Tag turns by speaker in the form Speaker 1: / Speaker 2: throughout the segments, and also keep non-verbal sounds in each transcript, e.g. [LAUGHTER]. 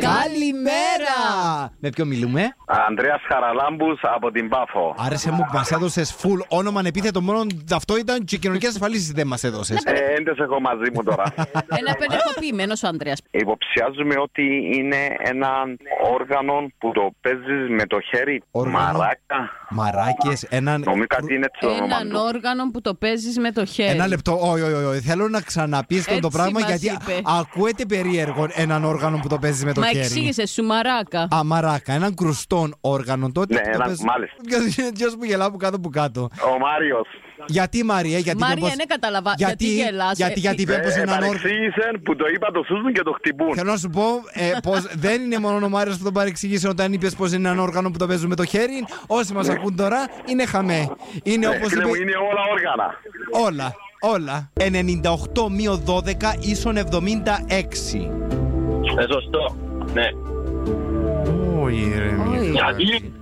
Speaker 1: Καλημέρα! Με ποιο μιλούμε?
Speaker 2: Ανδρέας Χαραλάμπους από την Πάφο.
Speaker 1: Άρεσε μου που μας έδωσες full όνομα ανεπίθετο. Μόνο αυτό ήταν και κοινωνική ασφαλίση δεν μας έδωσες.
Speaker 2: Ε, δεν τις έχω μαζί μου
Speaker 1: [LAUGHS]
Speaker 2: τώρα.
Speaker 3: Ένα πενεχοποιημένο ο Ανδρέας.
Speaker 2: Υποψιάζουμε ότι είναι ένα όργανο που το παίζεις με το χέρι.
Speaker 1: Όργανο. Ναι,
Speaker 2: Μαράκα.
Speaker 1: Μαράκες, έναν.
Speaker 2: Νομίζω κάτι είναι το όνομα
Speaker 3: Έναν
Speaker 2: του.
Speaker 3: όργανο που το παίζεις με το χέρι.
Speaker 1: Ένα λεπτό, όχι, όχι, όχι. Θέλω να ξαναπείς αυτό το
Speaker 3: Έτσι
Speaker 1: πράγμα
Speaker 3: μας
Speaker 1: γιατί
Speaker 3: είπε.
Speaker 1: ακούεται περίεργο έναν όργανο που το παίζεις με το
Speaker 3: Μα
Speaker 1: χέρι.
Speaker 3: εξήγησες, σου μαράκα.
Speaker 1: Α, μαράκα, έναν κρουστόν όργανο τότε.
Speaker 2: Ναι,
Speaker 1: που το
Speaker 2: έναν-
Speaker 1: παίζουν-
Speaker 2: μάλιστα.
Speaker 1: Ποιος [LAUGHS] είναι Ποιο που γελά από κάτω που κάτω.
Speaker 2: Ο Μάριος.
Speaker 1: Γιατί Μαρία, γιατί
Speaker 3: Μαρία,
Speaker 1: είπε πως-
Speaker 3: ναι, καταλαβα-
Speaker 1: Γιατί,
Speaker 3: γιατί γελάς,
Speaker 1: γιατί,
Speaker 3: ε,
Speaker 1: γιατί είπε πως έναν όργανο.
Speaker 2: Παρεξήγησαν που το είπα, το σούζουν και το χτυπούν.
Speaker 1: Θέλω να σου πω ε,
Speaker 2: [LAUGHS]
Speaker 1: πως δεν είναι μόνο ο Μάριος που τον παρεξήγησε όταν είπες πως είναι ένα όργανο που το παίζουν με το χέρι. Όσοι μας ακούν τώρα είναι χαμέ. Είναι
Speaker 2: Ε,
Speaker 1: όπως
Speaker 2: Ναι. Φίλε μου,
Speaker 1: είπε.
Speaker 2: είναι όλα όργανα.
Speaker 1: Όλα, όλα. 98 μείον 12 ίσον 76.
Speaker 4: Ε, σωστό. Ναι.
Speaker 1: Όχι, ρε.
Speaker 3: Όχι.
Speaker 4: Γιατί?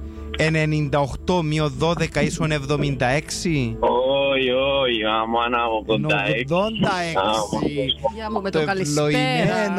Speaker 1: 98 μείον 12 ίσον 76.
Speaker 4: Όχι, όχι, άμα να από κοντά έξω.
Speaker 1: 86.
Speaker 3: Γεια μου με το,
Speaker 1: ευλογημένο.
Speaker 3: καλησπέρα.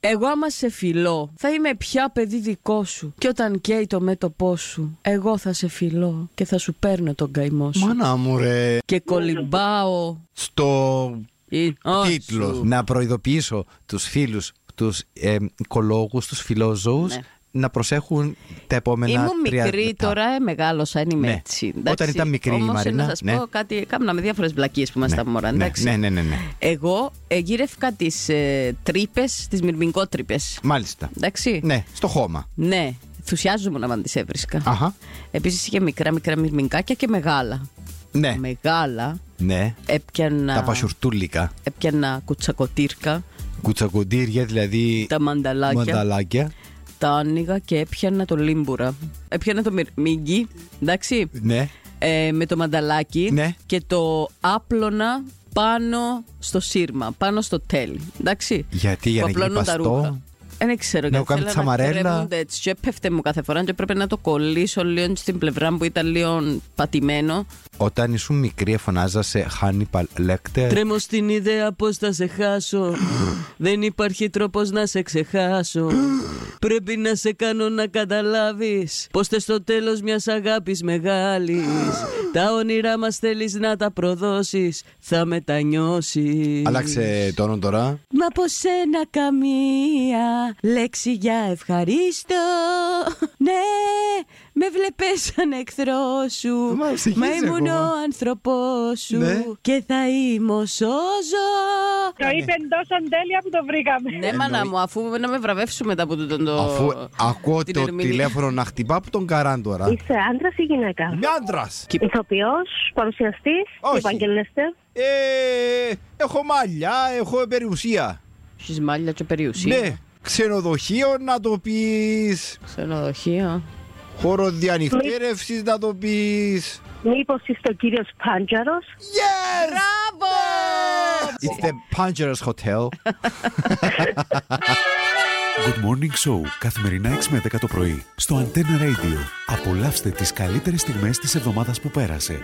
Speaker 3: Εγώ άμα σε φιλώ, θα είμαι πια παιδί δικό σου. Και όταν καίει το μέτωπό σου, εγώ θα σε φιλώ και θα σου παίρνω τον καημό σου.
Speaker 1: Μάνα μου ρε.
Speaker 3: Και κολυμπάω. Ε,
Speaker 1: Στο
Speaker 3: ή-
Speaker 1: τίτλο.
Speaker 3: σου.
Speaker 1: Να προειδοποιήσω τους φίλους, τους ε, οικολόγους, τους φιλόζωους
Speaker 3: Ναι.
Speaker 1: να προσέχουν τα επόμενα
Speaker 3: Ήμουν
Speaker 1: τρία
Speaker 3: μικρή
Speaker 1: λεπτά.
Speaker 3: τώρα, ε, μεγάλωσα, αν είμαι
Speaker 1: Ναι.
Speaker 3: έτσι.
Speaker 1: Όταν ήταν μικρή η
Speaker 3: Όμως,
Speaker 1: Μαρίνα,
Speaker 3: Να σας
Speaker 1: ναι.
Speaker 3: πω κάτι, κάναμε διάφορες βλακίες που ήμασταν μωρά,
Speaker 1: ναι,
Speaker 3: εντάξει.
Speaker 1: ναι, ναι, ναι, ναι.
Speaker 3: Εγώ ε, γύρευκα τις ε, τρύπες, τις μυρμικότρυπε.
Speaker 1: Μάλιστα.
Speaker 3: Εντάξει.
Speaker 1: Ναι, στο χώμα.
Speaker 3: Ναι, ενθουσιάζομαι να τι έβρισκα.
Speaker 1: Αχα.
Speaker 3: Επίσης είχε μικρά μικρά μυρμικάκια και μεγάλα.
Speaker 1: Ναι.
Speaker 3: Μεγάλα.
Speaker 1: Ναι.
Speaker 3: Έπιανα,
Speaker 1: Τα πασουρτούλικα.
Speaker 3: έπιανα κουτσακοτήρκα,
Speaker 1: Κουτσακοντήρια, δηλαδή.
Speaker 3: τα μανταλάκια.
Speaker 1: μανταλάκια.
Speaker 3: Τα άνοιγα και έπιανα το λίμπουρα. Έπιανα το μυρ- μίγκι, εντάξει.
Speaker 1: Ναι.
Speaker 3: ε, με το μανταλάκι
Speaker 1: Ναι.
Speaker 3: και το άπλωνα πάνω στο σύρμα, πάνω στο τέλι. Εντάξει.
Speaker 1: Γιατί, για
Speaker 3: Που
Speaker 1: να γίνει
Speaker 3: απλώνουν τα
Speaker 1: παστό?
Speaker 3: ρούχα. Ε, Δεν ξέρω
Speaker 1: Να
Speaker 3: γιατί.
Speaker 1: κάνεις
Speaker 3: θέλω
Speaker 1: τσαμαρέλα.
Speaker 3: κρεμούνται έτσι. Και έπεφτε μου κάθε φορά και έπρεπε να το κολλήσω λίγο στην πλευρά που ήταν λίγο πατημένο.
Speaker 1: Όταν ήσουν μικρή, φωνάζασε Χάνιπαλ Λέκτερ.
Speaker 3: Τρέμω στην ιδέα πώ θα σε χάσω. Δεν υπάρχει τρόπος να σε ξεχάσω. Πρέπει να σε κάνω να καταλάβεις πως θες στο τέλος μιας αγάπης μεγάλης. Τα όνειρά μας θέλεις να τα προδώσεις. Θα μετανιώσεις.
Speaker 1: Άλλαξε τόνο τώρα.
Speaker 3: Μα από σένα καμία λέξη για ευχαρίστω Ναι, με βλέπες σαν εχθρό σου
Speaker 1: Μα ψυχίζει
Speaker 3: Μα ήμουν
Speaker 1: ακόμα.
Speaker 3: ο άνθρωπός σου
Speaker 1: Ναι.
Speaker 3: Και θα είμαι ο σώζο
Speaker 5: Το είπε τόσο τέλεια που το βρήκαμε.
Speaker 3: Ναι μάνα μου, αφού να με βραβεύσουμε μετά από τούτον το...
Speaker 1: Αφού ακούω
Speaker 3: την
Speaker 1: το
Speaker 3: ερμηνεία.
Speaker 1: τηλέφωνο να χτυπά από τον Καράν τώρα.
Speaker 6: Είσαι άντρας ή γυναίκα.
Speaker 1: Είμαι άντρας.
Speaker 6: Ηθοποιός, παρουσιαστής,
Speaker 1: Όχι.
Speaker 6: επαγγελέστε.
Speaker 1: Ε, έχω μαλλιά, έχω περιουσία.
Speaker 3: Έχεις μάλια και περιουσία
Speaker 1: Ναι. Ξενοδοχείο να το πεις.
Speaker 3: Ξενοδοχείο
Speaker 1: Χώρο διανυκτέρευσης να το πεις.
Speaker 6: Μήπως είστε ο κύριος Πάντζαρος.
Speaker 1: Yes!
Speaker 3: Μπράβο!
Speaker 1: It's the Puncher's Hotel.
Speaker 7: Good Morning Show, καθημερινά 6 με 10 το πρωί, στο Antenna Radio. Απολαύστε τις καλύτερες στιγμές της εβδομάδας που πέρασε.